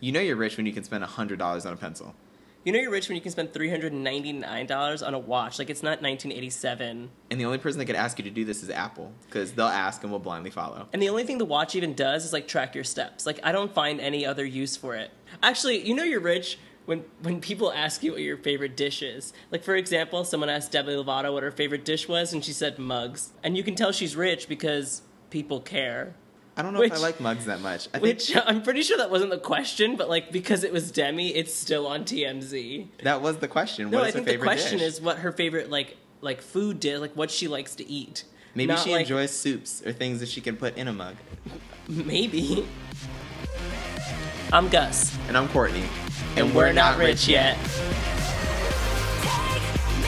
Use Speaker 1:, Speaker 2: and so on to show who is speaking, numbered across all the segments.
Speaker 1: You know you're rich when you can spend hundred dollars on a pencil.
Speaker 2: You know you're rich when you can spend three hundred and ninety nine dollars on a watch. Like it's not nineteen eighty seven.
Speaker 1: And the only person that could ask you to do this is Apple, because they'll ask and will blindly follow.
Speaker 2: And the only thing the watch even does is like track your steps. Like I don't find any other use for it. Actually, you know you're rich when when people ask you what your favorite dish is. Like for example, someone asked Debbie Lovato what her favorite dish was, and she said mugs. And you can tell she's rich because people care.
Speaker 1: I don't know if I
Speaker 2: Which-
Speaker 1: like mugs that much. I think
Speaker 2: Which I'm pretty sure that wasn't the question, but like because it was Demi, it's still on TMZ.
Speaker 1: that was the question.
Speaker 2: No,
Speaker 1: what is
Speaker 2: I think
Speaker 1: her
Speaker 2: the
Speaker 1: favorite
Speaker 2: question
Speaker 1: dish?
Speaker 2: is what her favorite like like food did, like what she likes to eat.
Speaker 1: Maybe
Speaker 2: Not,
Speaker 1: she
Speaker 2: like,
Speaker 1: enjoys soups or things that she can put in a mug.
Speaker 2: Maybe. I'm Gus,
Speaker 1: And I'm Courtney.
Speaker 2: and, we're, not, rich yet.
Speaker 3: Take me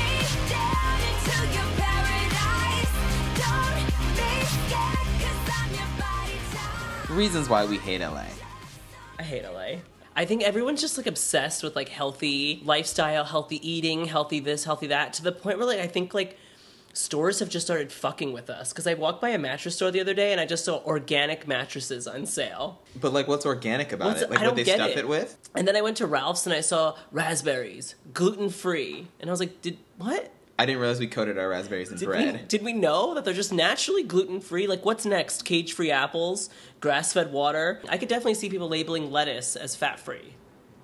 Speaker 3: down into your paradise. Don't be scared, cause I'm your body type.
Speaker 1: Reasons why we hate LA.
Speaker 2: I hate LA. I think everyone's just like obsessed with like healthy lifestyle, healthy eating, healthy this, healthy that, to the point where like I think like stores have just started fucking with us. Cause I walked by a mattress store the other day and I just saw organic mattresses on sale.
Speaker 1: But like, what's organic about
Speaker 2: What's-
Speaker 1: it? Like,
Speaker 2: I
Speaker 1: what
Speaker 2: don't
Speaker 1: they
Speaker 2: get
Speaker 1: stuff it.
Speaker 2: it.
Speaker 1: with?
Speaker 2: And then I went to Ralph's and I saw raspberries, gluten free. And I was like, did what?
Speaker 1: I didn't realize we coated our raspberries in
Speaker 2: Did
Speaker 1: bread.
Speaker 2: we, did we know that they're just naturally gluten free? Like, what's next? Cage free apples, grass fed water. I could definitely see people labeling lettuce as fat free,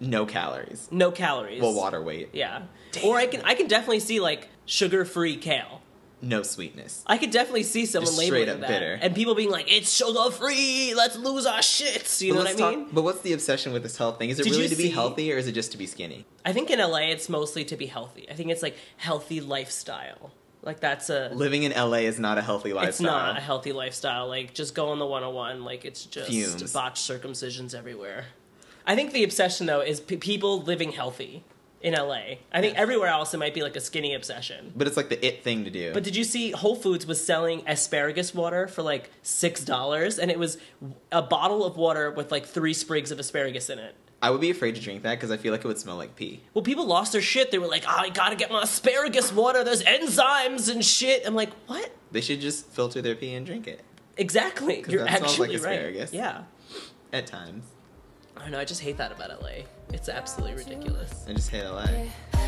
Speaker 1: No calories.
Speaker 2: no calories.
Speaker 1: Well, water weight.
Speaker 2: Yeah. Or I can I can definitely see like sugar free kale.
Speaker 1: No sweetness.
Speaker 2: I could definitely see someone
Speaker 1: Just
Speaker 2: labeling
Speaker 1: straight up
Speaker 2: that
Speaker 1: bitter.
Speaker 2: and people being like, "It's sugar free. Let's lose our shits." You
Speaker 1: But
Speaker 2: know
Speaker 1: let's
Speaker 2: what I mean?
Speaker 1: Talk, but what's the obsession with this health thing? Is it
Speaker 2: Did
Speaker 1: really
Speaker 2: you
Speaker 1: to be
Speaker 2: see-
Speaker 1: healthy or is it just to be skinny?
Speaker 2: I think in LA it's mostly to be healthy. I think it's like healthy lifestyle. Like that's a
Speaker 1: Living in LA is not a healthy lifestyle.
Speaker 2: it's not a healthy lifestyle. Like just go on the 101. Like it's just
Speaker 1: Fumes.
Speaker 2: botched circumcisions everywhere. I think the obsession though is p- people living healthy in LA. I think everywhere else it might be like a skinny obsession.
Speaker 1: But it's like the it thing to do.
Speaker 2: But did you see Whole Foods was selling asparagus water for like six dollars, and it was a bottle of water with like three sprigs of asparagus in it.
Speaker 1: I would be afraid to drink that because I feel like it would smell like pee.
Speaker 2: Well, people lost their shit. They were like, "Oh, "I gotta get my asparagus water. There's enzymes and shit." I'm like, "What?
Speaker 1: They should just filter their pee and drink it
Speaker 2: Exactly? You're
Speaker 1: that smells like
Speaker 2: actually
Speaker 1: asparagus.
Speaker 2: right. Yeah.
Speaker 1: at times.
Speaker 2: I don't know. I just hate that about LA. It's absolutely ridiculous.
Speaker 1: I just hate LA.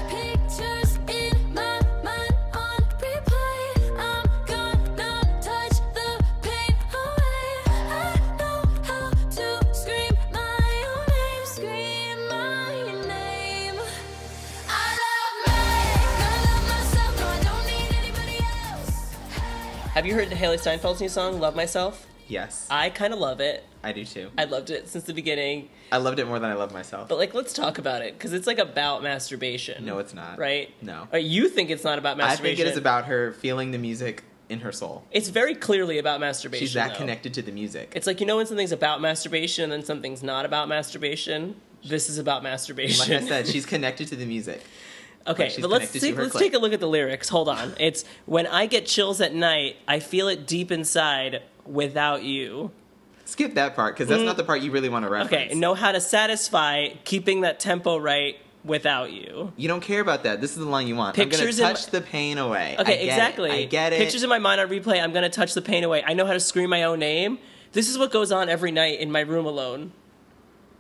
Speaker 3: Pictures in my mind on replay. I'm gonna touch the pain away. I know how to scream my own name, scream my name. I love me, I love myself, no, I don't need anybody else.
Speaker 2: Have you heard Haley Steinfeld's new song, "Love Myself"?
Speaker 1: Yes, I,
Speaker 2: I kind of love it.
Speaker 1: do too. I,
Speaker 2: I loved it since the beginning.
Speaker 1: loved it more than I love myself.
Speaker 2: But like, let's talk about it because it's like about masturbation.
Speaker 1: No, it's not.
Speaker 2: Right?
Speaker 1: No.
Speaker 2: Or you think it's not about
Speaker 1: I
Speaker 2: masturbation?
Speaker 1: think it is about her feeling the music in her soul.
Speaker 2: It's very clearly about masturbation.
Speaker 1: She's that
Speaker 2: though.
Speaker 1: connected to the music.
Speaker 2: It's like you know when something's about masturbation and then something's not about masturbation. This is about masturbation.
Speaker 1: like I said, she's connected to the music.
Speaker 2: okay,
Speaker 1: she's
Speaker 2: but let's
Speaker 1: connected to
Speaker 2: take,
Speaker 1: her
Speaker 2: let's
Speaker 1: clit.
Speaker 2: take a look at the lyrics. Hold on. It's when I get chills at night, I feel it deep inside without you.
Speaker 1: Skip that part because that's not the part you really want to reference.
Speaker 2: Mm. Okay, know how to satisfy keeping that tempo right without you.
Speaker 1: You don't care about that. This is the line you want.
Speaker 2: Pictures
Speaker 1: I'm
Speaker 2: in
Speaker 1: gonna touch the pain away. I
Speaker 2: Okay,
Speaker 1: get it.
Speaker 2: exactly.
Speaker 1: I get it.
Speaker 2: Pictures in my mind on replay. I'm gonna touch the pain away. I know how to scream my own name. This is what goes on every night in my room alone.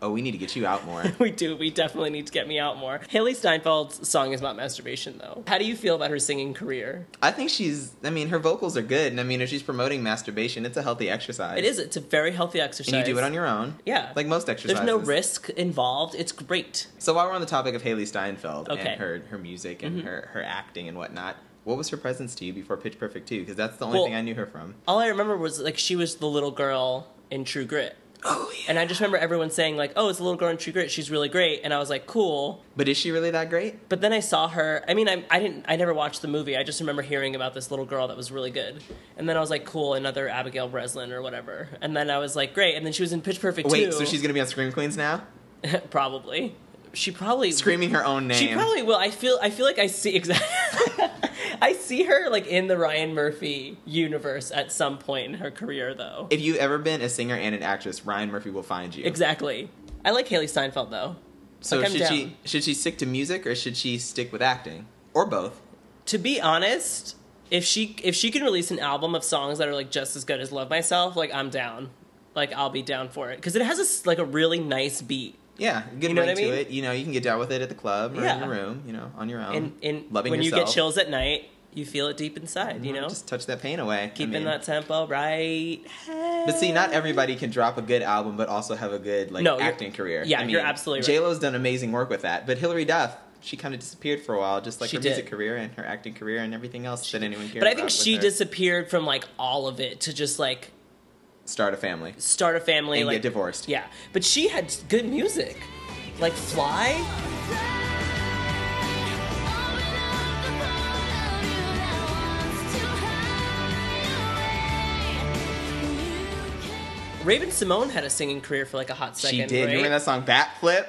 Speaker 1: oh, we need to get you out more.
Speaker 2: We do. We definitely need to get me out more. Haley Steinfeld's song is about masturbation, though. How do you feel about her singing career?
Speaker 1: I think she's. I mean, her vocals are good, and I mean, if she's promoting masturbation, it's a healthy exercise.
Speaker 2: It is. It's a very healthy exercise.
Speaker 1: And you do it on your own.
Speaker 2: Yeah.
Speaker 1: Like most
Speaker 2: There's
Speaker 1: exercises.
Speaker 2: no risk involved. It's great.
Speaker 1: So while we're on the topic of Haley Steinfeld
Speaker 2: Okay. Mm-hmm.
Speaker 1: and her her music and her her acting and whatnot, what was her presence to you before Pitch Perfect 2? Because that's the only
Speaker 2: Well-
Speaker 1: thing I knew her from.
Speaker 2: All I remember was like she was the little girl in True Grit.
Speaker 1: Oh yeah.
Speaker 2: And I just remember everyone saying like, "Oh, it's the little girl in True Grit. She's really great." And I was like, "Cool."
Speaker 1: But is she really that great?
Speaker 2: But then I saw her. I mean, I, I didn't. I never watched the movie. I just remember hearing about this little girl that was really good. And then I was like, "Cool, another Abigail Breslin or whatever." And then I was like, "Great." And then she was in Pitch Perfect.
Speaker 1: Wait,
Speaker 2: 2.
Speaker 1: so she's gonna be on Scream Queens now,
Speaker 2: probably. She probably
Speaker 1: screaming her own name.
Speaker 2: She probably will. I feel. I feel like I see exactly. I see her like in the Ryan Murphy universe at some point in her career, though.
Speaker 1: If you've ever been a singer and an actress, Ryan Murphy will find you.
Speaker 2: Exactly. I like Haley Steinfeld though.
Speaker 1: So
Speaker 2: Like, I'm
Speaker 1: should she
Speaker 2: down.
Speaker 1: should she stick to music or should she stick with acting or both?
Speaker 2: To be honest, if she if she can release an album of songs that are like just as good as Love Myself, like I'm down. Like I'll be down for it because it has a s like a really nice beat.
Speaker 1: Yeah, good
Speaker 2: You know
Speaker 1: ring
Speaker 2: what I mean?
Speaker 1: to it. You know, you can get down with it at the club or
Speaker 2: Yeah.
Speaker 1: in your room. You know, on your own.
Speaker 2: And and
Speaker 1: Um, loving
Speaker 2: when
Speaker 1: yourself. Mm-hmm.
Speaker 2: you get chills at night, you feel it deep inside. You know,
Speaker 1: just touch that pain away. I
Speaker 2: keeping
Speaker 1: mean,
Speaker 2: that tempo right.
Speaker 1: But see, not everybody can drop a good album, but also have a good like
Speaker 2: No, you're-
Speaker 1: acting career.
Speaker 2: yeah, you're absolutely right.
Speaker 1: J Lo's done amazing work with that, but Hillary Duff, she kind of disappeared for a while, just like
Speaker 2: She
Speaker 1: her
Speaker 2: did.
Speaker 1: music career and her acting career and everything else that anyone cared.
Speaker 2: But I think
Speaker 1: about with
Speaker 2: she
Speaker 1: her.
Speaker 2: disappeared from like all of it to just like
Speaker 1: start a family
Speaker 2: start a family,
Speaker 1: and
Speaker 2: like
Speaker 1: get divorced.
Speaker 2: Yeah, but she had good music, like Fly. Raven Simone had a singing career for like a hot second.
Speaker 1: she did. You
Speaker 2: right?
Speaker 1: remember that song Batflip?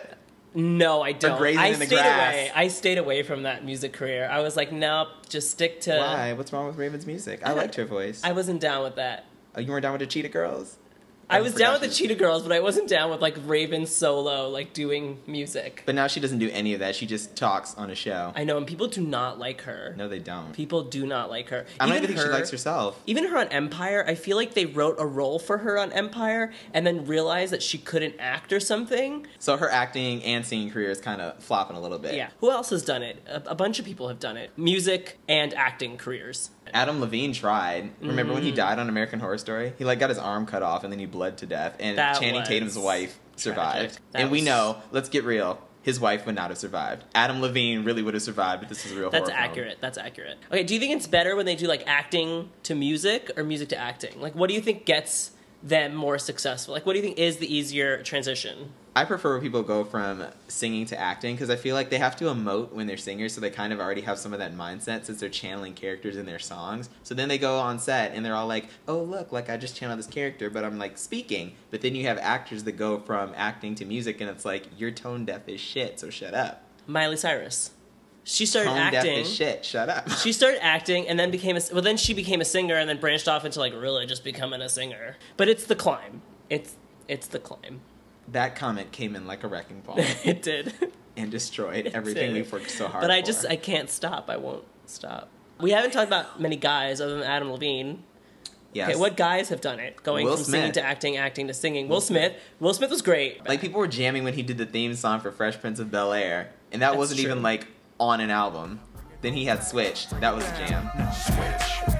Speaker 2: No, I don't.
Speaker 1: Grazing
Speaker 2: I
Speaker 1: in the
Speaker 2: stayed
Speaker 1: Grass.
Speaker 2: away. I stayed away from that music career. I was like, nope, just stick to.
Speaker 1: Why? What's wrong with Raven's music? I liked her voice.
Speaker 2: Uh, I wasn't down with that.
Speaker 1: Oh, you weren't down with the Cheetah Girls?
Speaker 2: I
Speaker 1: I
Speaker 2: was
Speaker 1: forgot
Speaker 2: down with the
Speaker 1: she was-
Speaker 2: Cheetah Girls, but I wasn't down with like Raven solo, like doing music.
Speaker 1: But now she doesn't do any of that. She just talks on a show.
Speaker 2: I know, and people do not like her.
Speaker 1: no, they don't.
Speaker 2: People do not like her.
Speaker 1: I don't even think she likes herself.
Speaker 2: Even her on Empire, I feel like they wrote a role for her on Empire and then realized that she couldn't act or something.
Speaker 1: So her acting and singing career is kind of flopping a little bit.
Speaker 2: Yeah. Who else has done it? A, a bunch of people have done it. Music and acting careers.
Speaker 1: Adam Levine tried. Remember when he
Speaker 2: Mm.
Speaker 1: died on American Horror Story? He like got his arm cut off and then he bled to death. And
Speaker 2: That
Speaker 1: Channing
Speaker 2: was
Speaker 1: Tatum's wife survived.
Speaker 2: tragic. That
Speaker 1: and we
Speaker 2: was-
Speaker 1: know, let's get real, his wife would not have survived. Adam Levine really would have survived, but this is a real.
Speaker 2: That's
Speaker 1: horror film.
Speaker 2: accurate. That's accurate. Okay, do you think it's better when they do like acting to music or music to acting? Like, what do you think gets them more successful? Like, what do you think is the easier transition?
Speaker 1: I prefer when people go from singing to acting because I feel like they have to emote when they're singers, so they kind of already have some of that mindset since they're channeling characters in their songs. So then they go on set and they're all like, "Oh look, like I just channeled this character, but I'm like speaking." But then you have actors that go from acting to music, and it's like you're tone deaf as shit, so shut up.
Speaker 2: Miley Cyrus. She started
Speaker 1: Tone deaf
Speaker 2: acting.
Speaker 1: as shit, shut up.
Speaker 2: She started acting and then became a well. Then she became a singer and then branched off into like really just becoming a singer. But it's the climb. It's it's the climb.
Speaker 1: that comment came in like a wrecking ball
Speaker 2: it did.
Speaker 1: and destroyed everything
Speaker 2: did.
Speaker 1: we've worked so hard.
Speaker 2: But I
Speaker 1: for.
Speaker 2: just I can't stop. I won't stop. We haven't talked about many guys other than Adam Levine.
Speaker 1: yes.
Speaker 2: Okay, what guys have done it? Going
Speaker 1: Will
Speaker 2: from singing
Speaker 1: Smith.
Speaker 2: to acting, acting to singing. Will Smith. Will Smith was great.
Speaker 1: Like people were jamming when he did the theme song for Fresh Prince of Bel Air, and that
Speaker 2: That's
Speaker 1: wasn't
Speaker 2: true.
Speaker 1: even like on an album. Then he had Switch. That was a jam.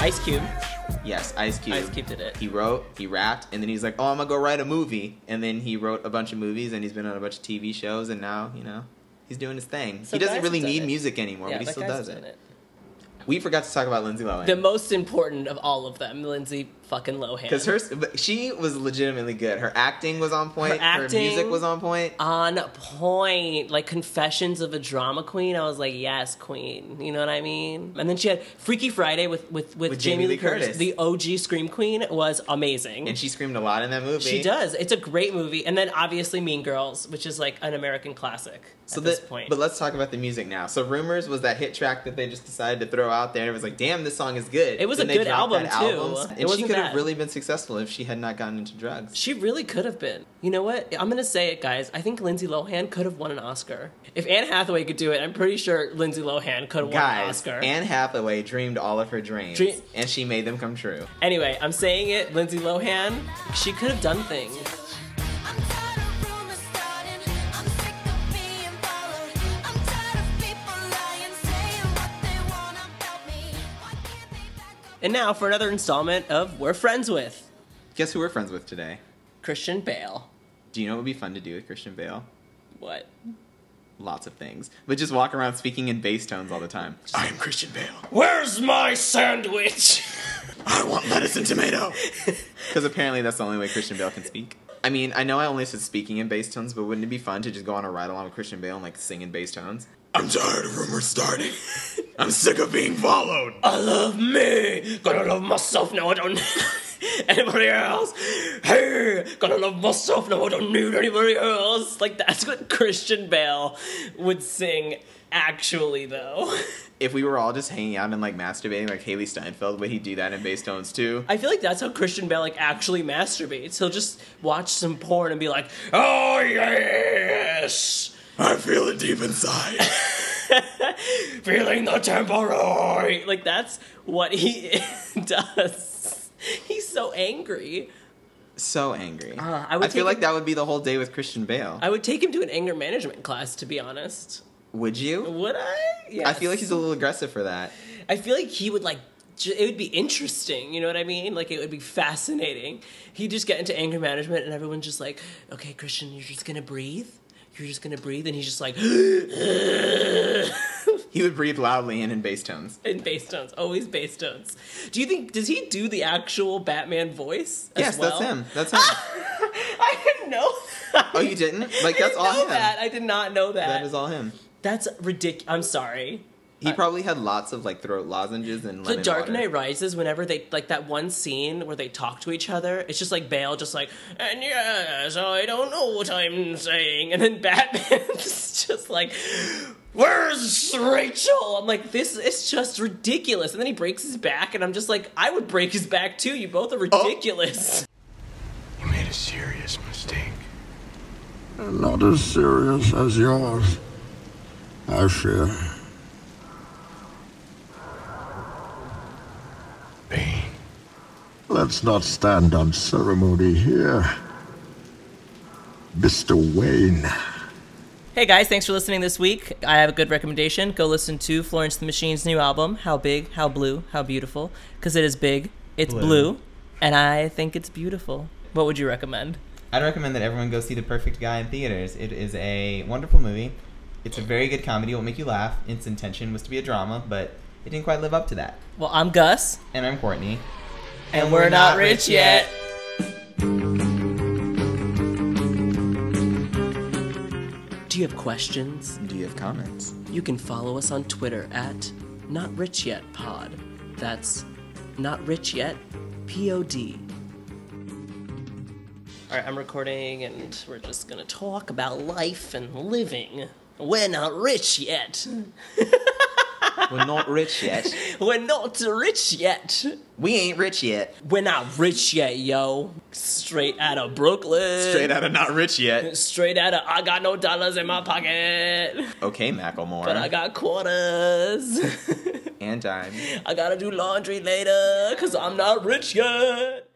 Speaker 2: Ice Cube.
Speaker 1: Yes, Ice Cube.
Speaker 2: Ice Cube did it.
Speaker 1: He wrote, he rapped, and then he's like, "Oh, I'm gonna go write a movie." And then he wrote a bunch of movies, and he's been on a bunch of TV shows, and now you know he's doing his thing.
Speaker 2: So
Speaker 1: he doesn't
Speaker 2: guys
Speaker 1: really
Speaker 2: have done
Speaker 1: need
Speaker 2: it.
Speaker 1: music anymore,
Speaker 2: yeah,
Speaker 1: but he
Speaker 2: that
Speaker 1: still
Speaker 2: guy's
Speaker 1: does
Speaker 2: done
Speaker 1: it. We forgot to talk about Lindsay
Speaker 2: The
Speaker 1: Lohan
Speaker 2: most important of all of them, Lindsay fucking Lohan.
Speaker 1: because her but she was legitimately good. Her acting was on point. Her,
Speaker 2: acting-
Speaker 1: music was on point.
Speaker 2: on point, like confessions of a drama queen. I was like, yes, queen. You know what I mean? And then she had Freaky Friday with with, with,
Speaker 1: With
Speaker 2: Jamie Lee Curtis. The OG scream queen was amazing.
Speaker 1: And she screamed a lot in that movie.
Speaker 2: she does. It's a great movie. And then obviously Mean Girls, which is like an American classic
Speaker 1: So
Speaker 2: at
Speaker 1: the,
Speaker 2: this point.
Speaker 1: But let's talk about the music now. So Rumors was that hit track that they just decided to throw out there. It was like, damn, this song is good.
Speaker 2: It was a
Speaker 1: Then they
Speaker 2: good
Speaker 1: dropped
Speaker 2: album,
Speaker 1: that
Speaker 2: too. It
Speaker 1: and she
Speaker 2: wasn't
Speaker 1: could have
Speaker 2: bad.
Speaker 1: really been successful if she had not gotten into drugs.
Speaker 2: she really could have been. You know what? I'm gonna say it, guys. I think Lindsay Lohan could have won an Oscar. If Anne Hathaway could do it, I'm pretty sure Lindsay Lohan could have won an
Speaker 1: Guys,
Speaker 2: Oscar.
Speaker 1: Anne Hathaway dreamed all of her dreams,
Speaker 2: Dream-
Speaker 1: and she made them come true.
Speaker 2: anyway, I'm saying it, Lindsay Lohan, she could have done things. And now for another installment of We're Friends With
Speaker 1: Guess who we're friends with today?
Speaker 2: Christian Bale.
Speaker 1: Do you know what would be fun to do with Christian Bale?
Speaker 2: What?
Speaker 1: Lots of things, but just walk around speaking in bass tones all the time. I am Christian Bale.
Speaker 2: Where's my sandwich?
Speaker 1: I want lettuce and tomato. Because apparently that's the only way Christian Bale can speak. I mean, I know I only said speaking in bass tones, but wouldn't it be fun to just go on a ride along with Christian Bale and like sing in bass tones? I'm tired of rumors starting. I'm sick of being followed.
Speaker 2: I love me. Gonna love myself now. I don't need anybody else. Hey, gonna love myself now. I don't need anybody else. Like that's what Christian Bale would sing. Actually, though,
Speaker 1: If we were all just hanging out and like masturbating like Haley Steinfeld, would he do that in bass tones too?
Speaker 2: I feel like that's how Christian Bale like actually masturbates. He'll just watch some porn and be like, "Oh yes."
Speaker 1: I feel it deep inside.
Speaker 2: feeling the temporary. Like that's what he does. He's so angry.
Speaker 1: So angry.
Speaker 2: Uh, I
Speaker 1: I,
Speaker 2: would
Speaker 1: feel
Speaker 2: take
Speaker 1: like
Speaker 2: him-
Speaker 1: that would be the whole day with Christian Bale.
Speaker 2: I would take him to an anger management class, to be honest.
Speaker 1: would you?
Speaker 2: Would I? Yeah.
Speaker 1: I feel like he's a little aggressive for that.
Speaker 2: I feel like he would like. ju- It would be interesting, you know what I mean? Like it would be fascinating. He'd just get into anger management, and everyone's just like, "Okay, Christian, you're just gonna breathe. You're just gonna breathe," and he's just like,
Speaker 1: He would breathe loudly and in bass tones.
Speaker 2: in bass tones, always bass tones. Do you think does he do the actual Batman voice? As
Speaker 1: yes,
Speaker 2: well?
Speaker 1: that's him. That's him.
Speaker 2: I didn't know. That.
Speaker 1: oh, you didn't?
Speaker 2: I
Speaker 1: Like that's
Speaker 2: didn't
Speaker 1: all
Speaker 2: know
Speaker 1: him.
Speaker 2: that. I did not know that.
Speaker 1: that is all him.
Speaker 2: That's ridiculous. I'm sorry.
Speaker 1: He probably had lots of like throat lozenges and
Speaker 2: Uh, The
Speaker 1: lemon
Speaker 2: Dark
Speaker 1: water.
Speaker 2: Knight Rises, whenever they like that one scene where they talk to each other, it's just like Bale, just like, and yes, I don't know what I'm saying, and then Batman's just like, where's Rachel? I'm like, this is just ridiculous, and then he breaks his back, and I'm just like, I would break his back too. You both are ridiculous.
Speaker 4: You made a serious mistake.
Speaker 5: Not as serious as yours, I fear.
Speaker 4: Bane.
Speaker 5: Let's not stand on ceremony here. Mr. Wayne.
Speaker 2: Hey guys, thanks for listening this week. I have a good recommendation. Go listen to Florence the Machine's new album, How Big, How Blue, How Beautiful, because it is big, it's blue. and I think it's beautiful. What would you recommend?
Speaker 1: I'd recommend that everyone go see The Perfect Guy in theaters. It is a wonderful movie. It's a very good comedy. It will make you laugh. Its intention was to be a drama, but it didn't quite live up to that.
Speaker 2: Well, I'm Gus,
Speaker 1: And I'm Courtney.
Speaker 2: and, we're, not, rich yet. Do you have questions?
Speaker 1: Do you have comments?
Speaker 2: You can follow us on Twitter at Not Rich Yet Pod. That's Not Rich Yet P-O-D. All right, I'm recording, and we're just gonna talk about life and living. We're not rich yet.
Speaker 1: We're not rich yet.
Speaker 2: We're not rich yet.
Speaker 1: We ain't rich yet.
Speaker 2: We're not rich yet, yo. Straight out of Brooklyn.
Speaker 1: out of not rich yet.
Speaker 2: Straight out of I got no dollars in my pocket,
Speaker 1: Okay, Macklemore.
Speaker 2: but I got quarters.
Speaker 1: and I'm.
Speaker 2: I gotta do laundry later, cause I'm not rich yet.